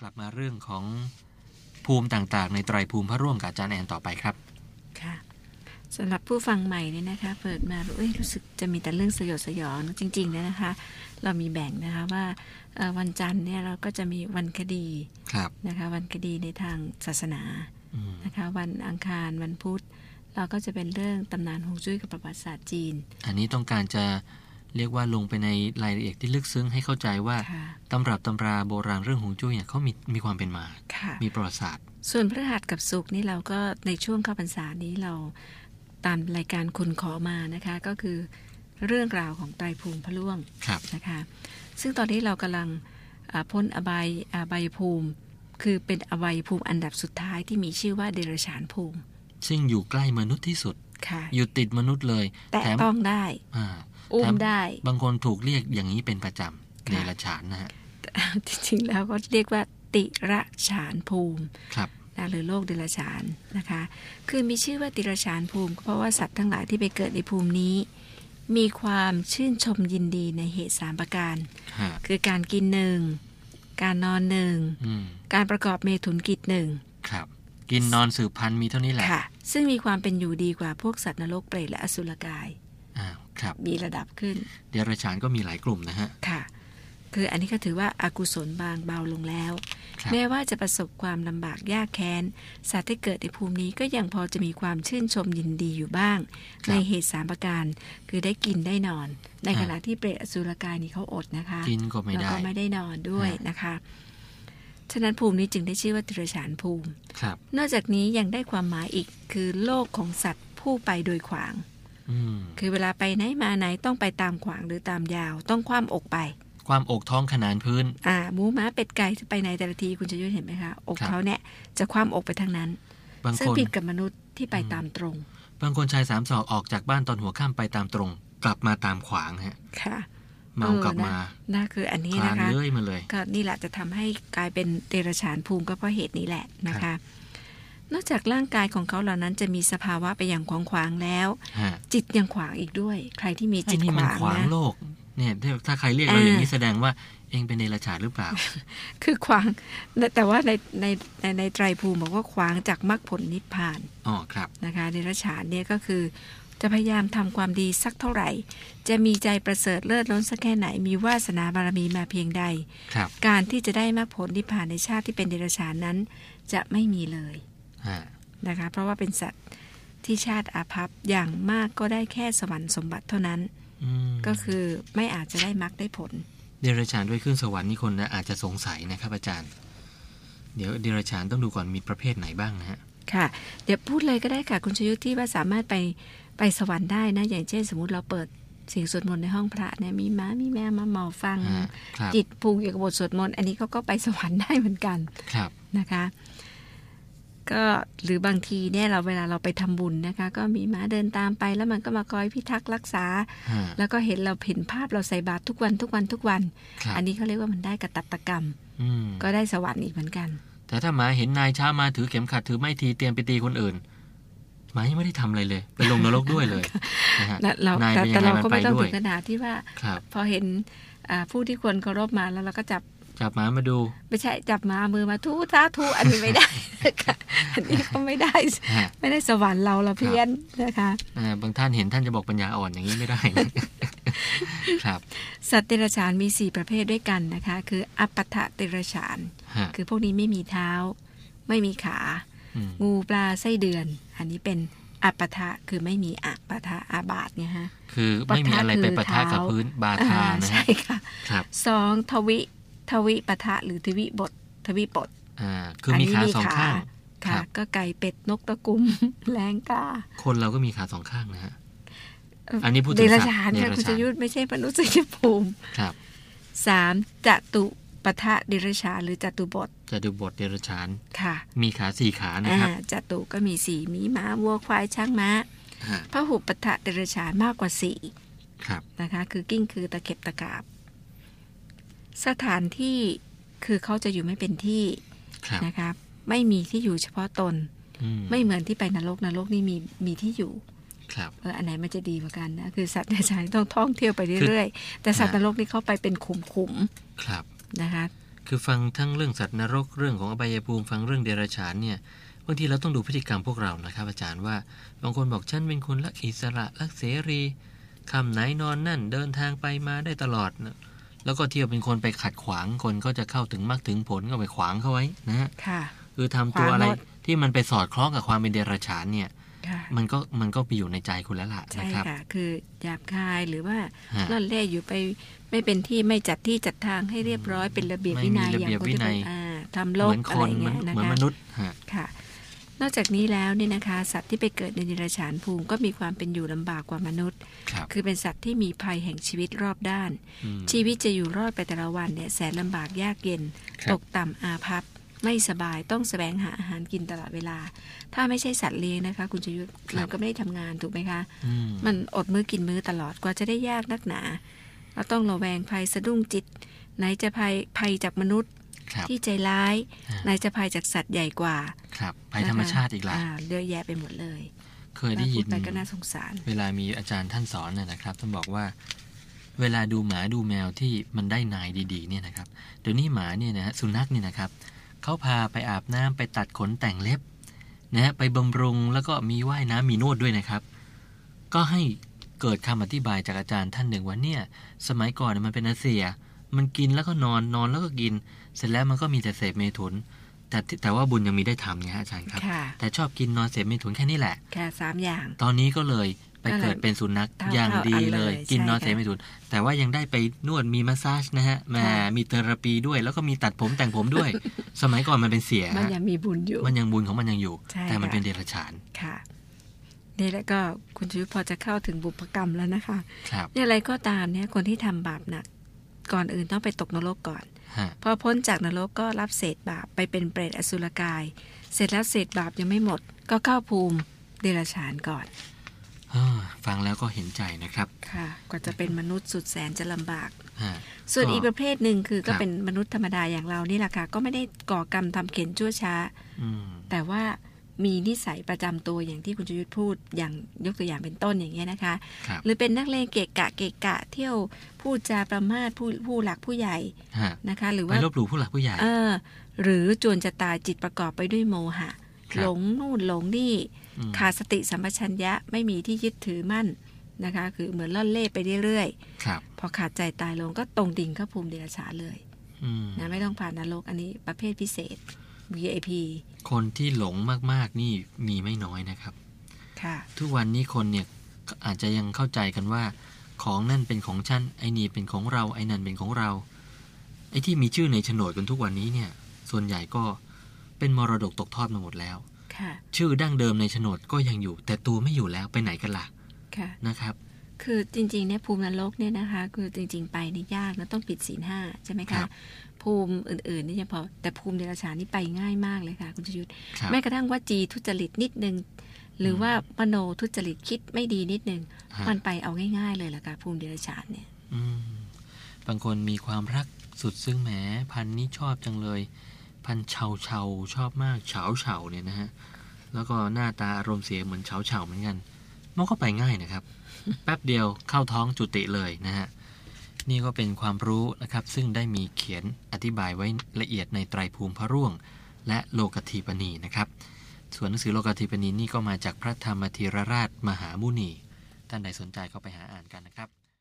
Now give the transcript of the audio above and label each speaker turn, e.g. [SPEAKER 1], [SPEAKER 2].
[SPEAKER 1] กลับมาเรื่องของภูมิต่างๆ ในไตรภูมิพระร่วมกับอาจารย์แอนต่อไปครับ
[SPEAKER 2] ค่ะสำหรับผู้ฟังใหม่เนี่ยนะคะเปิดมาเอ้ยรู้สึกจะมีแต่เรื่องสยดสยองจริงๆเนี่ยนะคะ เรามีแบ่งนะคะว่าเอ่อวันจันทร์เนี่ยเราก็จะมีวันคดี
[SPEAKER 1] ครับ
[SPEAKER 2] นะคะ วันคดีในทางศาสนา
[SPEAKER 1] อืม
[SPEAKER 2] นะคะ วันอังคารวันพุธ เราก็จะเป็นเรื่องตำนานฮวงจุ้ยกับประวัติศาสตร์จีน
[SPEAKER 1] อันนี้ต้องการจะเรียกว่าลงไปในรายละเอียดที่ลึกซึ้งให้เข้าใจว่า
[SPEAKER 2] ค่ะ
[SPEAKER 1] ตำรับตำราโบราณเรื่องหงจุ้ยเนี่ยเขามีมีความเป็นมา
[SPEAKER 2] ค่ะ
[SPEAKER 1] มีประวัติศาสตร์
[SPEAKER 2] ส่วนพระหัสกับสุกร์นี่เราก็ในช่วงเข้าพรรษานี้เราตามรายการคุณขอมานะคะ ก็คือเรื่องราวของไตรภูมิพระล่วง
[SPEAKER 1] ครับ
[SPEAKER 2] นะคะซึ่งตอนนี้เรากำลังอ่าพ้นอบายอบายภูมิ คือเป็นอบายภูมิอันดับสุดท้ายที่มีชื่อว่าเดรัจฉานภูมิ
[SPEAKER 1] ซึ่งอยู่ใกล้มนุษย์ที่สุด
[SPEAKER 2] ค่ะ
[SPEAKER 1] อยู่ติดมนุษย์เลย
[SPEAKER 2] แต่
[SPEAKER 1] แถม
[SPEAKER 2] ต้องได้
[SPEAKER 1] อ่า
[SPEAKER 2] อุ้
[SPEAKER 1] แถ
[SPEAKER 2] มได้
[SPEAKER 1] บางคนถูกเรียกอย่างนี้เป็นประจำ
[SPEAKER 2] ค่ะ
[SPEAKER 1] ในละฉานนะฮะ
[SPEAKER 2] แต่จริงๆแล้วก็เรียกว่าติระฉานภูมิ
[SPEAKER 1] ครับ
[SPEAKER 2] นะหรือโลกเดรัจฉานนะคะ คือมีชื่อว่าติระฉานภูมิ เพราะว่าสัตว์ทั้งหลายที่ไปเกิดในภูมินี้ มีความชื่นชมยินดีในเหตุสามประการ
[SPEAKER 1] ฮะ
[SPEAKER 2] คือการกินหนึ่งการนอนหนึ่ง
[SPEAKER 1] อืม
[SPEAKER 2] การประกอบเมถุนกิจหนึ่ง
[SPEAKER 1] ครับ กินนอนสืบพันธุ์มีเท่านี้แหละ
[SPEAKER 2] ค่ะ ซึ่งมีความเป็นอยู่ดีกว่าพวกสัตว์นรกเปรตและอสุรกาย
[SPEAKER 1] อ่าครับ
[SPEAKER 2] มีระดับขึ้น
[SPEAKER 1] เดรัจฉานก็มีหลายกลุ่มนะฮะ
[SPEAKER 2] ค่ะ คืออันนี้ก็ถือว่าอากุศลบางเบาลงแล้ว
[SPEAKER 1] ครับ
[SPEAKER 2] แม้ว่าจะประสบความลำบากยากแค้น สัตว์ที่เกิดในภูมินี้ก็ยังพอจะมีความชื่นชมยินดีอยู่บ้าง
[SPEAKER 1] ครับ
[SPEAKER 2] ในเหตุสามประการ คือได้กินได้นอน ใน
[SPEAKER 1] อ่า
[SPEAKER 2] ขณะที่เปรตอสุรกายนี้เขาอดนะคะ
[SPEAKER 1] กินก็ไม่
[SPEAKER 2] แล้ว
[SPEAKER 1] ได้
[SPEAKER 2] ก็ไม่ได้นอนด้วย
[SPEAKER 1] อ่าน
[SPEAKER 2] นะคะ ฉะนั้นภูมินี้จึงได้ชื่อว่าติรฉานภูมิ
[SPEAKER 1] ครับ
[SPEAKER 2] นอกจากนี้ยังได้ความหมายอีกคือโลกของสัตว์ผู้ไปโดยขวาง
[SPEAKER 1] อืม
[SPEAKER 2] คือเวลาไปไหนมาไหนต้องไปตามขวางหรือตามยาว ต้องคว่ำอกไป
[SPEAKER 1] ความอกท้องขนานพื้น
[SPEAKER 2] อ่าหมูม้าเป็ดไก่จะไปไหนแต่ละทีคุณจะยุ้ยเห็นไหมคะ อก
[SPEAKER 1] ครับ
[SPEAKER 2] เขาเนี่ยจะคว่ำอกไปทางนั้น
[SPEAKER 1] บาง
[SPEAKER 2] ซึ่
[SPEAKER 1] ค
[SPEAKER 2] ง
[SPEAKER 1] น
[SPEAKER 2] ผิดกับมนุษย์ที่ไปตามตรง
[SPEAKER 1] บางคนชายสามศอกออกจากบ้านตอนหัวข้ามไปตามตรง กลับมาตามขวางฮะ
[SPEAKER 2] ค่ะ
[SPEAKER 1] เมากลับ
[SPEAKER 2] ออ
[SPEAKER 1] มา
[SPEAKER 2] นะน่าคืออันนี้
[SPEAKER 1] คลา
[SPEAKER 2] นะ
[SPEAKER 1] น
[SPEAKER 2] คะ
[SPEAKER 1] เลื้อยมาเลย
[SPEAKER 2] ก็นี่แหละจะทำให้กลายเป็นเดรัจฉานภูมิก็เพราะเหตุนี้แหละนะ
[SPEAKER 1] ครั
[SPEAKER 2] คะ
[SPEAKER 1] บ
[SPEAKER 2] นอกจากร่างกายของเขาเหล่านั้นจะมีสภาวะไปอย่างขวางขวางๆแล้ว
[SPEAKER 1] ฮะ
[SPEAKER 2] จิตยังขวางอีกด้วย ใครที่มี
[SPEAKER 1] ไอ้
[SPEAKER 2] จิต
[SPEAKER 1] นี่
[SPEAKER 2] ข
[SPEAKER 1] มัน
[SPEAKER 2] วาง
[SPEAKER 1] ขวาง
[SPEAKER 2] นะ
[SPEAKER 1] โลก เนี่ย ถ้าใครเรียกเรา
[SPEAKER 2] เออ
[SPEAKER 1] อ
[SPEAKER 2] อ
[SPEAKER 1] ย่างนี้แสดงว่าเองเป็นเดรัจฉานหรือเปล่า
[SPEAKER 2] คือขวางแต่แต่ว่าในในในในไตรภูมิบอกว่าขวางจากมรรคผลนิพพาน
[SPEAKER 1] อ๋อครับ
[SPEAKER 2] นะคะเดรัจฉานเนี่ยก็คือ จะพยายามทำความดีสักเท่าไหร่ จะมีใจประเสริฐเลิศล้นสักแค่ไหนมีวาสนาบารมีมาเพียงใด
[SPEAKER 1] ครับ
[SPEAKER 2] การที่จะได้มรรคผลนิพพานในชาติที่เป็นเดรัจฉานนั้น จะไม่มีเลย
[SPEAKER 1] ฮะ
[SPEAKER 2] นะคะ เพราะว่าเป็นสัตว์ที่ชาติอาภัพอย่างมากก็ได้แค่สวรรค์สมบัติเท่านั้น
[SPEAKER 1] อืม
[SPEAKER 2] ก็คือไม่อาจจะได้มรรคได้ผล
[SPEAKER 1] เดรัจฉานด้วยขึ้นสวรรค์นี่คนอาจจะสงสัยนะครับอาจารย์ เดี๋ยวเดรัจฉานต้องดูก่อนมีประเภทไหนบ้างนะฮะ
[SPEAKER 2] ค่ะ เดี๋ยวพูดเลยก็ได้ค่ะ คุณชยุทธที่ว่าสามารถไปไปสวรรค์ได้นะ อย่างเช่นสมมติเราเปิดเสียงสวดมนต์ในห้องพระเนี่ยมีม้ามีแมวมาหมอฟัง
[SPEAKER 1] ฮะ ครับ
[SPEAKER 2] จิตผูกอยู่กับบทสวดมนต์อันนี้เขาก็ไปสวรรค์ได้เหมือนกัน
[SPEAKER 1] ครับ
[SPEAKER 2] นะคะ ก็หรือบางทีเนี่ยเราเวลาเราไปทำบุญนะคะ ก็มีม้าเดินตามไปแล้วมันก็มาคอยพิทักษ์รักษา
[SPEAKER 1] ฮะ
[SPEAKER 2] แล้วก็เห็นเราเห็นภาพเราใส่บาตรทุกวันทุกวันทุกวัน
[SPEAKER 1] ครับ
[SPEAKER 2] อันนี้เขาเรียกว่ามันได้กตัตกรรม
[SPEAKER 1] อืม
[SPEAKER 2] ก็ได้สวรรค์อีกเหมือนกัน
[SPEAKER 1] แต่ถ้าหมาเห็นนายช้ามาถือเข็มขัดถือไม้ทีเตรียมไปตีคนอื่นหมายังไม่ได้ทำอะไรเลยไปลงนรกด้วย เลยนะฮะ
[SPEAKER 2] และเรา
[SPEAKER 1] นาย
[SPEAKER 2] แต่
[SPEAKER 1] เป็นยั
[SPEAKER 2] แต่
[SPEAKER 1] งไง
[SPEAKER 2] เรา
[SPEAKER 1] มัน
[SPEAKER 2] ก็
[SPEAKER 1] ไป
[SPEAKER 2] ไม่ต้อง
[SPEAKER 1] ด้ว
[SPEAKER 2] ถึ
[SPEAKER 1] ย
[SPEAKER 2] งขนาดที่ว่า
[SPEAKER 1] ครับ
[SPEAKER 2] พอเห็นอ่าผู้ที่ควรเคารพมาแล้วเราก็จับ
[SPEAKER 1] จับหมามาดู
[SPEAKER 2] ไม่ใช่จับมามือมาทูท้าทูอันนี้ไม่ได้นะคะ อันนี้ก็ไม่ได้
[SPEAKER 1] นะฮะ
[SPEAKER 2] ไม่ได้สวรรค์เราเราเพี้ยนนะคะ
[SPEAKER 1] อ่าบางท่านเห็นท่านจะบอกปัญญาอ่อนอย่างนี้ไม่ได้ นะ ครับ
[SPEAKER 2] สัตว์เดรัจฉานมี 4 ประเภทด้วยกันนะคะ คืออัปปทะเดรัจฉาน
[SPEAKER 1] ฮะ
[SPEAKER 2] คือพวกนี้ไม่มีเท้า ไม่มีขา
[SPEAKER 1] อืม
[SPEAKER 2] งูปลาไส้เดือน อันนี้เป็นอัปปทะคือไม่มีอัปปทะอาบาตเนี่ยฮะ
[SPEAKER 1] คือไม่มีอะไรไปปะทะกับพื้นบาทา
[SPEAKER 2] อ่
[SPEAKER 1] นะ
[SPEAKER 2] ใช่
[SPEAKER 1] ฮะ
[SPEAKER 2] ค่ะ
[SPEAKER 1] ครับ
[SPEAKER 2] สองทวิทวิปะทะหรือทวิบททวิปด
[SPEAKER 1] อ่าคือมีขาสองข้าง ครั
[SPEAKER 2] ค่ะ
[SPEAKER 1] บ
[SPEAKER 2] ก็ไก่เป็ดนกตะกุม แรงกา
[SPEAKER 1] คนเราก็มีขาสองข้างนะฮะ
[SPEAKER 2] เ
[SPEAKER 1] นนี้พูดถึง
[SPEAKER 2] เดรัจฉาน
[SPEAKER 1] สัตว์เด
[SPEAKER 2] ค่ะ
[SPEAKER 1] รัจฉาน
[SPEAKER 2] คุณชยุทธไม่ใช่มนุษยภูมิ
[SPEAKER 1] ครับ
[SPEAKER 2] สามจตุปะทะเดรัจฉานหรือจตุบท
[SPEAKER 1] จะดูบทเดรัจฉาน
[SPEAKER 2] ค่ะ
[SPEAKER 1] มีขาสี่ขานะครับ
[SPEAKER 2] อ่าจตุก็มีสี่มีหมาวัวควายช้างม้า
[SPEAKER 1] ฮะ
[SPEAKER 2] พระหุปะทะเดรัจฉานมากกว่าสี่
[SPEAKER 1] ครับ
[SPEAKER 2] นะคะ คือกิ้งคือตะเข็บตะกาบ สถานที่คือเขาจะอยู่ไม่เป็นที่
[SPEAKER 1] ครับ
[SPEAKER 2] นะครับ ไม่มีที่อยู่เฉพาะตน
[SPEAKER 1] อื
[SPEAKER 2] ไม่เหมือนที่ไปนรกนรกนี่มีมีที่อยู่
[SPEAKER 1] ครับ
[SPEAKER 2] เอออันไหนมันจะดีเหมือนกันนะ คือสัตว์ในชายต้องท่องเที่ยวไปเรื่อยๆ แต่สัตว์นรกนี่เขาไปเป็นขุมๆ
[SPEAKER 1] ครับ
[SPEAKER 2] นะคะ
[SPEAKER 1] คือฟังทั้งเรื่องสัตว์นรกเรื่องของอบายภูมิฟังเรื่องเดรัจฉานเนี่ยบางทีเราต้องดูพฤติกรรมพวกเรานะครับ อาจารย์ว่าบางคนบอกฉันเป็นคนรักอิสระรักเสรีคำไหนนอนนั่นเดินทางไปมาได้ตลอดนะแล้วก็เที่ยวเป็นคนไปขัดขวางคนก็จะเข้าถึงมรรคถึงผลก็ไปขวางเขาไว้นะฮะ
[SPEAKER 2] ค่ะ
[SPEAKER 1] คือทำตัวอะไร
[SPEAKER 2] ขวางหมด
[SPEAKER 1] ที่มันไปสอดคล้องกับความเป็นเดรัจฉานเนี่ย
[SPEAKER 2] ค่ะ
[SPEAKER 1] มันก็มันก็ไปอยู่ในใจคุณแล้วล่ะ
[SPEAKER 2] ใช่
[SPEAKER 1] นะครับ
[SPEAKER 2] ค่ะ คือหยาบคายหรือว่า
[SPEAKER 1] ฮะ
[SPEAKER 2] ล่อนเล่อยู่ไปไม่เป็นที่ไม่จัดที่จัดทางให้เรียบร้อยเป็นระเบียบ
[SPEAKER 1] ไม่
[SPEAKER 2] วิ
[SPEAKER 1] มี
[SPEAKER 2] นัย
[SPEAKER 1] ระ
[SPEAKER 2] อย่าง
[SPEAKER 1] เบียบ
[SPEAKER 2] คน
[SPEAKER 1] วิ
[SPEAKER 2] ที่
[SPEAKER 1] นั
[SPEAKER 2] เป็น
[SPEAKER 1] ย
[SPEAKER 2] อ่าทำโล
[SPEAKER 1] เห
[SPEAKER 2] ก
[SPEAKER 1] มือนคน
[SPEAKER 2] อะไรอย่า
[SPEAKER 1] เหมือน
[SPEAKER 2] งเงี้ยนะ
[SPEAKER 1] เหมือน
[SPEAKER 2] คะ
[SPEAKER 1] มนุษย์ฮะ
[SPEAKER 2] ค่ะ นอกจากนี้แล้วเนี่ยนะคะ สัตว์ที่ไปเกิดในเดรัจฉานภูมิก็มีความเป็นอยู่ลำบากกว่ามนุษย์
[SPEAKER 1] ครับ
[SPEAKER 2] คือเป็นสัตว์ที่มีภัยแห่งชีวิตรอบด้าน
[SPEAKER 1] อืม
[SPEAKER 2] ชีวิตจะอยู่รอดไปแต่ละวันเนี่ยแสนลำบากยากเย็น
[SPEAKER 1] ครับ
[SPEAKER 2] ตกต่ำอาภัพ ไม่สบายต้องแสวงหาอาหารกินตลอดเวลา ถ้าไม่ใช่สัตว์เลี้ยงนะคะ คุณชยุทธเราก็ไม่ได้ทำงานถูกไหมคะ
[SPEAKER 1] อืม
[SPEAKER 2] มันอดมื้อกินมื้อตลอดกว่าจะได้ยากนักหนา เราต้องระแวงภัยสะดุ้งจิต ไหนจะภัยภัยจากมนุษย์
[SPEAKER 1] ครับ
[SPEAKER 2] ที่ใจร้าย
[SPEAKER 1] อ่า
[SPEAKER 2] ไหนจะภัยจากสัตว์ใหญ่กว่า
[SPEAKER 1] ครับภัยธรรมชาติอีกละ
[SPEAKER 2] นะคะาเยอะแยะไปหมดเลย
[SPEAKER 1] เคยได้ยิน
[SPEAKER 2] พูไปก็น่าสงสาร
[SPEAKER 1] เวลามีอาจารย์ท่านสอนน่ะนะครับท่านบอกว่า เวลาดูหมาดูแมวที่มันได้นายดีๆเนี่ยนะครับเดี๋ยวนี้หมาเนี่ยนะฮะสุนัขเนี่ยนะครับเขาพาไปอาบน้ำไปตัดขนแต่งเล็บนะฮะไปบำรุงแล้วก็มีว่ายน้ำมีนวดด้วยนะครับ ก็ให้เกิดคำอธิบายจากอาจารย์ท่านหนึ่งว่าเนี่ย สมัยก่อนน่ะมันเป็นอาเซีย มันกินแล้วก็นอนนอนแล้วก็กิน เสร็จแล้วมันก็มีแต่เสพเมถุน แต่ที่แต่ว่าบุญยังมีได้ทำไงฮะอาจารย์ครับ
[SPEAKER 2] ค่ะ
[SPEAKER 1] แต่ชอบกินนอนเสพเมถุนแค่นี้แหละ
[SPEAKER 2] แค่สามอย่าง
[SPEAKER 1] ตอนนี้ก็เลยไป
[SPEAKER 2] ก็เลย
[SPEAKER 1] เกิดเป็นสุนัข
[SPEAKER 2] เท่า
[SPEAKER 1] อย่าง
[SPEAKER 2] เท่า
[SPEAKER 1] ดี
[SPEAKER 2] อัน
[SPEAKER 1] เล
[SPEAKER 2] เลย ย
[SPEAKER 1] กิน
[SPEAKER 2] ใช่
[SPEAKER 1] นอนเส
[SPEAKER 2] ค่ะ
[SPEAKER 1] ไม่ถุนแต่ว่ายังได้ไปนวดมีมาสซาจนะฮะแหม
[SPEAKER 2] ค่ะ
[SPEAKER 1] มีเทอราปีด้วย แล้วก็มีตัดผมแต่งผมด้วย สมัยก่อนมันเป็นเสีย
[SPEAKER 2] มัน
[SPEAKER 1] ฮะ
[SPEAKER 2] ยังมีบุญอยู่
[SPEAKER 1] มันยังบุญของมันยังอยู่
[SPEAKER 2] ใช่
[SPEAKER 1] แต่มัน
[SPEAKER 2] ค่ะ
[SPEAKER 1] เป็นเดรัจฉาน
[SPEAKER 2] ค่ะ นี่แล้วก็คุณชยุทธพอจะเข้าถึงบุพกรรมแล้วนะคะ
[SPEAKER 1] ครับ
[SPEAKER 2] เนี่ยอะไรก็ตามเนี่ยคนที่ทำบาปหนัก ก่อนอื่นต้องไปตกนรกก่อน
[SPEAKER 1] ฮะ
[SPEAKER 2] พอพ้นจากนรกก็รับเศษบาปไปเป็นเปรตอสุรกาย เสร็จแล้วเศษบาปยังไม่หมด ก็เข้าภูมิเดรัจฉานก่อน
[SPEAKER 1] เอ้อฟังแล้วก็เห็นใจนะครับ
[SPEAKER 2] ค่ะ กว่าจะเป็นมนุษย์สุดแสนจะลำบาก
[SPEAKER 1] ฮะ
[SPEAKER 2] ส่วน
[SPEAKER 1] ก็
[SPEAKER 2] อีกประเภทหนึ่งคือ
[SPEAKER 1] ค
[SPEAKER 2] ก็
[SPEAKER 1] รับ
[SPEAKER 2] เป็นมนุษย์ธรรมดาอย่างเรานี่แหละค่ะ ก็ไม่ได้ก่อกรรมทำเข็นชั่วช้า
[SPEAKER 1] อืม
[SPEAKER 2] แต่ว่ามีนิสัยประจำตัวอย่างที่คุณชยุทธพูดอย่างยกตัวอย่างเป็นต้นอย่างเงี้ยนะคะ
[SPEAKER 1] ครับ
[SPEAKER 2] หรือเป็นนักเลงเกะกะเกะกะเที่ยวพูดจาประมาทผู้ผู้หลักผู้ใหญ่
[SPEAKER 1] ฮะ
[SPEAKER 2] นะคะ หรือ
[SPEAKER 1] ไป
[SPEAKER 2] ว่า
[SPEAKER 1] ลบหลู่ผู้หลักผู้ใหญ่
[SPEAKER 2] เออหรือจวนจะตายจิตประกอบไปด้วยโมหะ
[SPEAKER 1] ครับ
[SPEAKER 2] หลงนู่นหลงนี่
[SPEAKER 1] อืม
[SPEAKER 2] ขาดสติสัมปชัญญะไม่มีที่ยึดถือมั่นนะคะ คือเหมือนล่อนเล่ไปเรื่อย
[SPEAKER 1] ครับ
[SPEAKER 2] ๆพอขาดใจตายลงก็ตรงดิ่งเข้าภูมิเดรัจฉานเลย
[SPEAKER 1] อืม
[SPEAKER 2] นะไม่ต้องผ่านนรกอันนี้ประเภทพิเศษ VIP
[SPEAKER 1] คนที่หลงมากๆนี่มีไม่น้อยนะครับ
[SPEAKER 2] ค่ะ
[SPEAKER 1] ทุกวันนี้คนเนี่ยก็อาจจะยังเข้าใจกันว่า ของนั่นเป็นของฉันไอ้นี่เป็นของเราไอ้นั่นเป็นของเรา ไอ้ที่มีชื่อในโฉนดกันทุกวันนี้เนี่ย ส่วนใหญ่ก็เป็นมรดกตกทอดมาหมดแล้ว
[SPEAKER 2] ค่ะ
[SPEAKER 1] ชื่อดั้งเดิมในโฉนดก็ยังอยู่ แต่ตัวไม่อยู่แล้วไปไหนกันล่ะ
[SPEAKER 2] ค่ะ
[SPEAKER 1] นะครับ
[SPEAKER 2] คือจริงๆเนี่ยภูมินรกเนี่ยนะคะ คือจริง ๆ ไปนี่ยากนะต้องผิดศีลห้าใช่ไหม
[SPEAKER 1] ครั
[SPEAKER 2] คะ
[SPEAKER 1] บ
[SPEAKER 2] ภูมิอื่นๆนี่ยังพอแต่ภูมิเดรัจฉานนี่ไปง่ายมากเลยค่ะคุณชยุทธ
[SPEAKER 1] ครับ
[SPEAKER 2] แม้กระทั่งว่าจีทุจริตนิดนึง หรือว่ามโนทุจริตคิดไม่ดีนิดนึง
[SPEAKER 1] ฮะ
[SPEAKER 2] มันไปเอาง่ายๆเลยล่ะค่ะภูมิเดรัจฉานเนี่ย
[SPEAKER 1] อืมบางคนมีความรักสุดซึ้งแหมพันธุ์นี้ชอบจังเลย พันธุ์เฉาเฉาชอบมากเฉาเฉาเนี่ยนะฮะแล้วก็หน้าตาอารมณ์เสียเหมือนเฉาเฉาเหมือนกันมันก็ไปง่ายนะครับ แป๊บเดียวเข้าท้องจุติเลยนะฮะนี่ก็เป็นความรู้นะครับ ซึ่งได้มีเขียนอธิบายไว้ละเอียดในไตรภูมิพระร่วง และโลกทีปณีนะครับ ส่วนหนังสือโลกทีปณีนี่ก็มาจากพระธรรมธีรราชมหามุนีท่านใดสนใจก็ไปหาอ่านกันนะครับ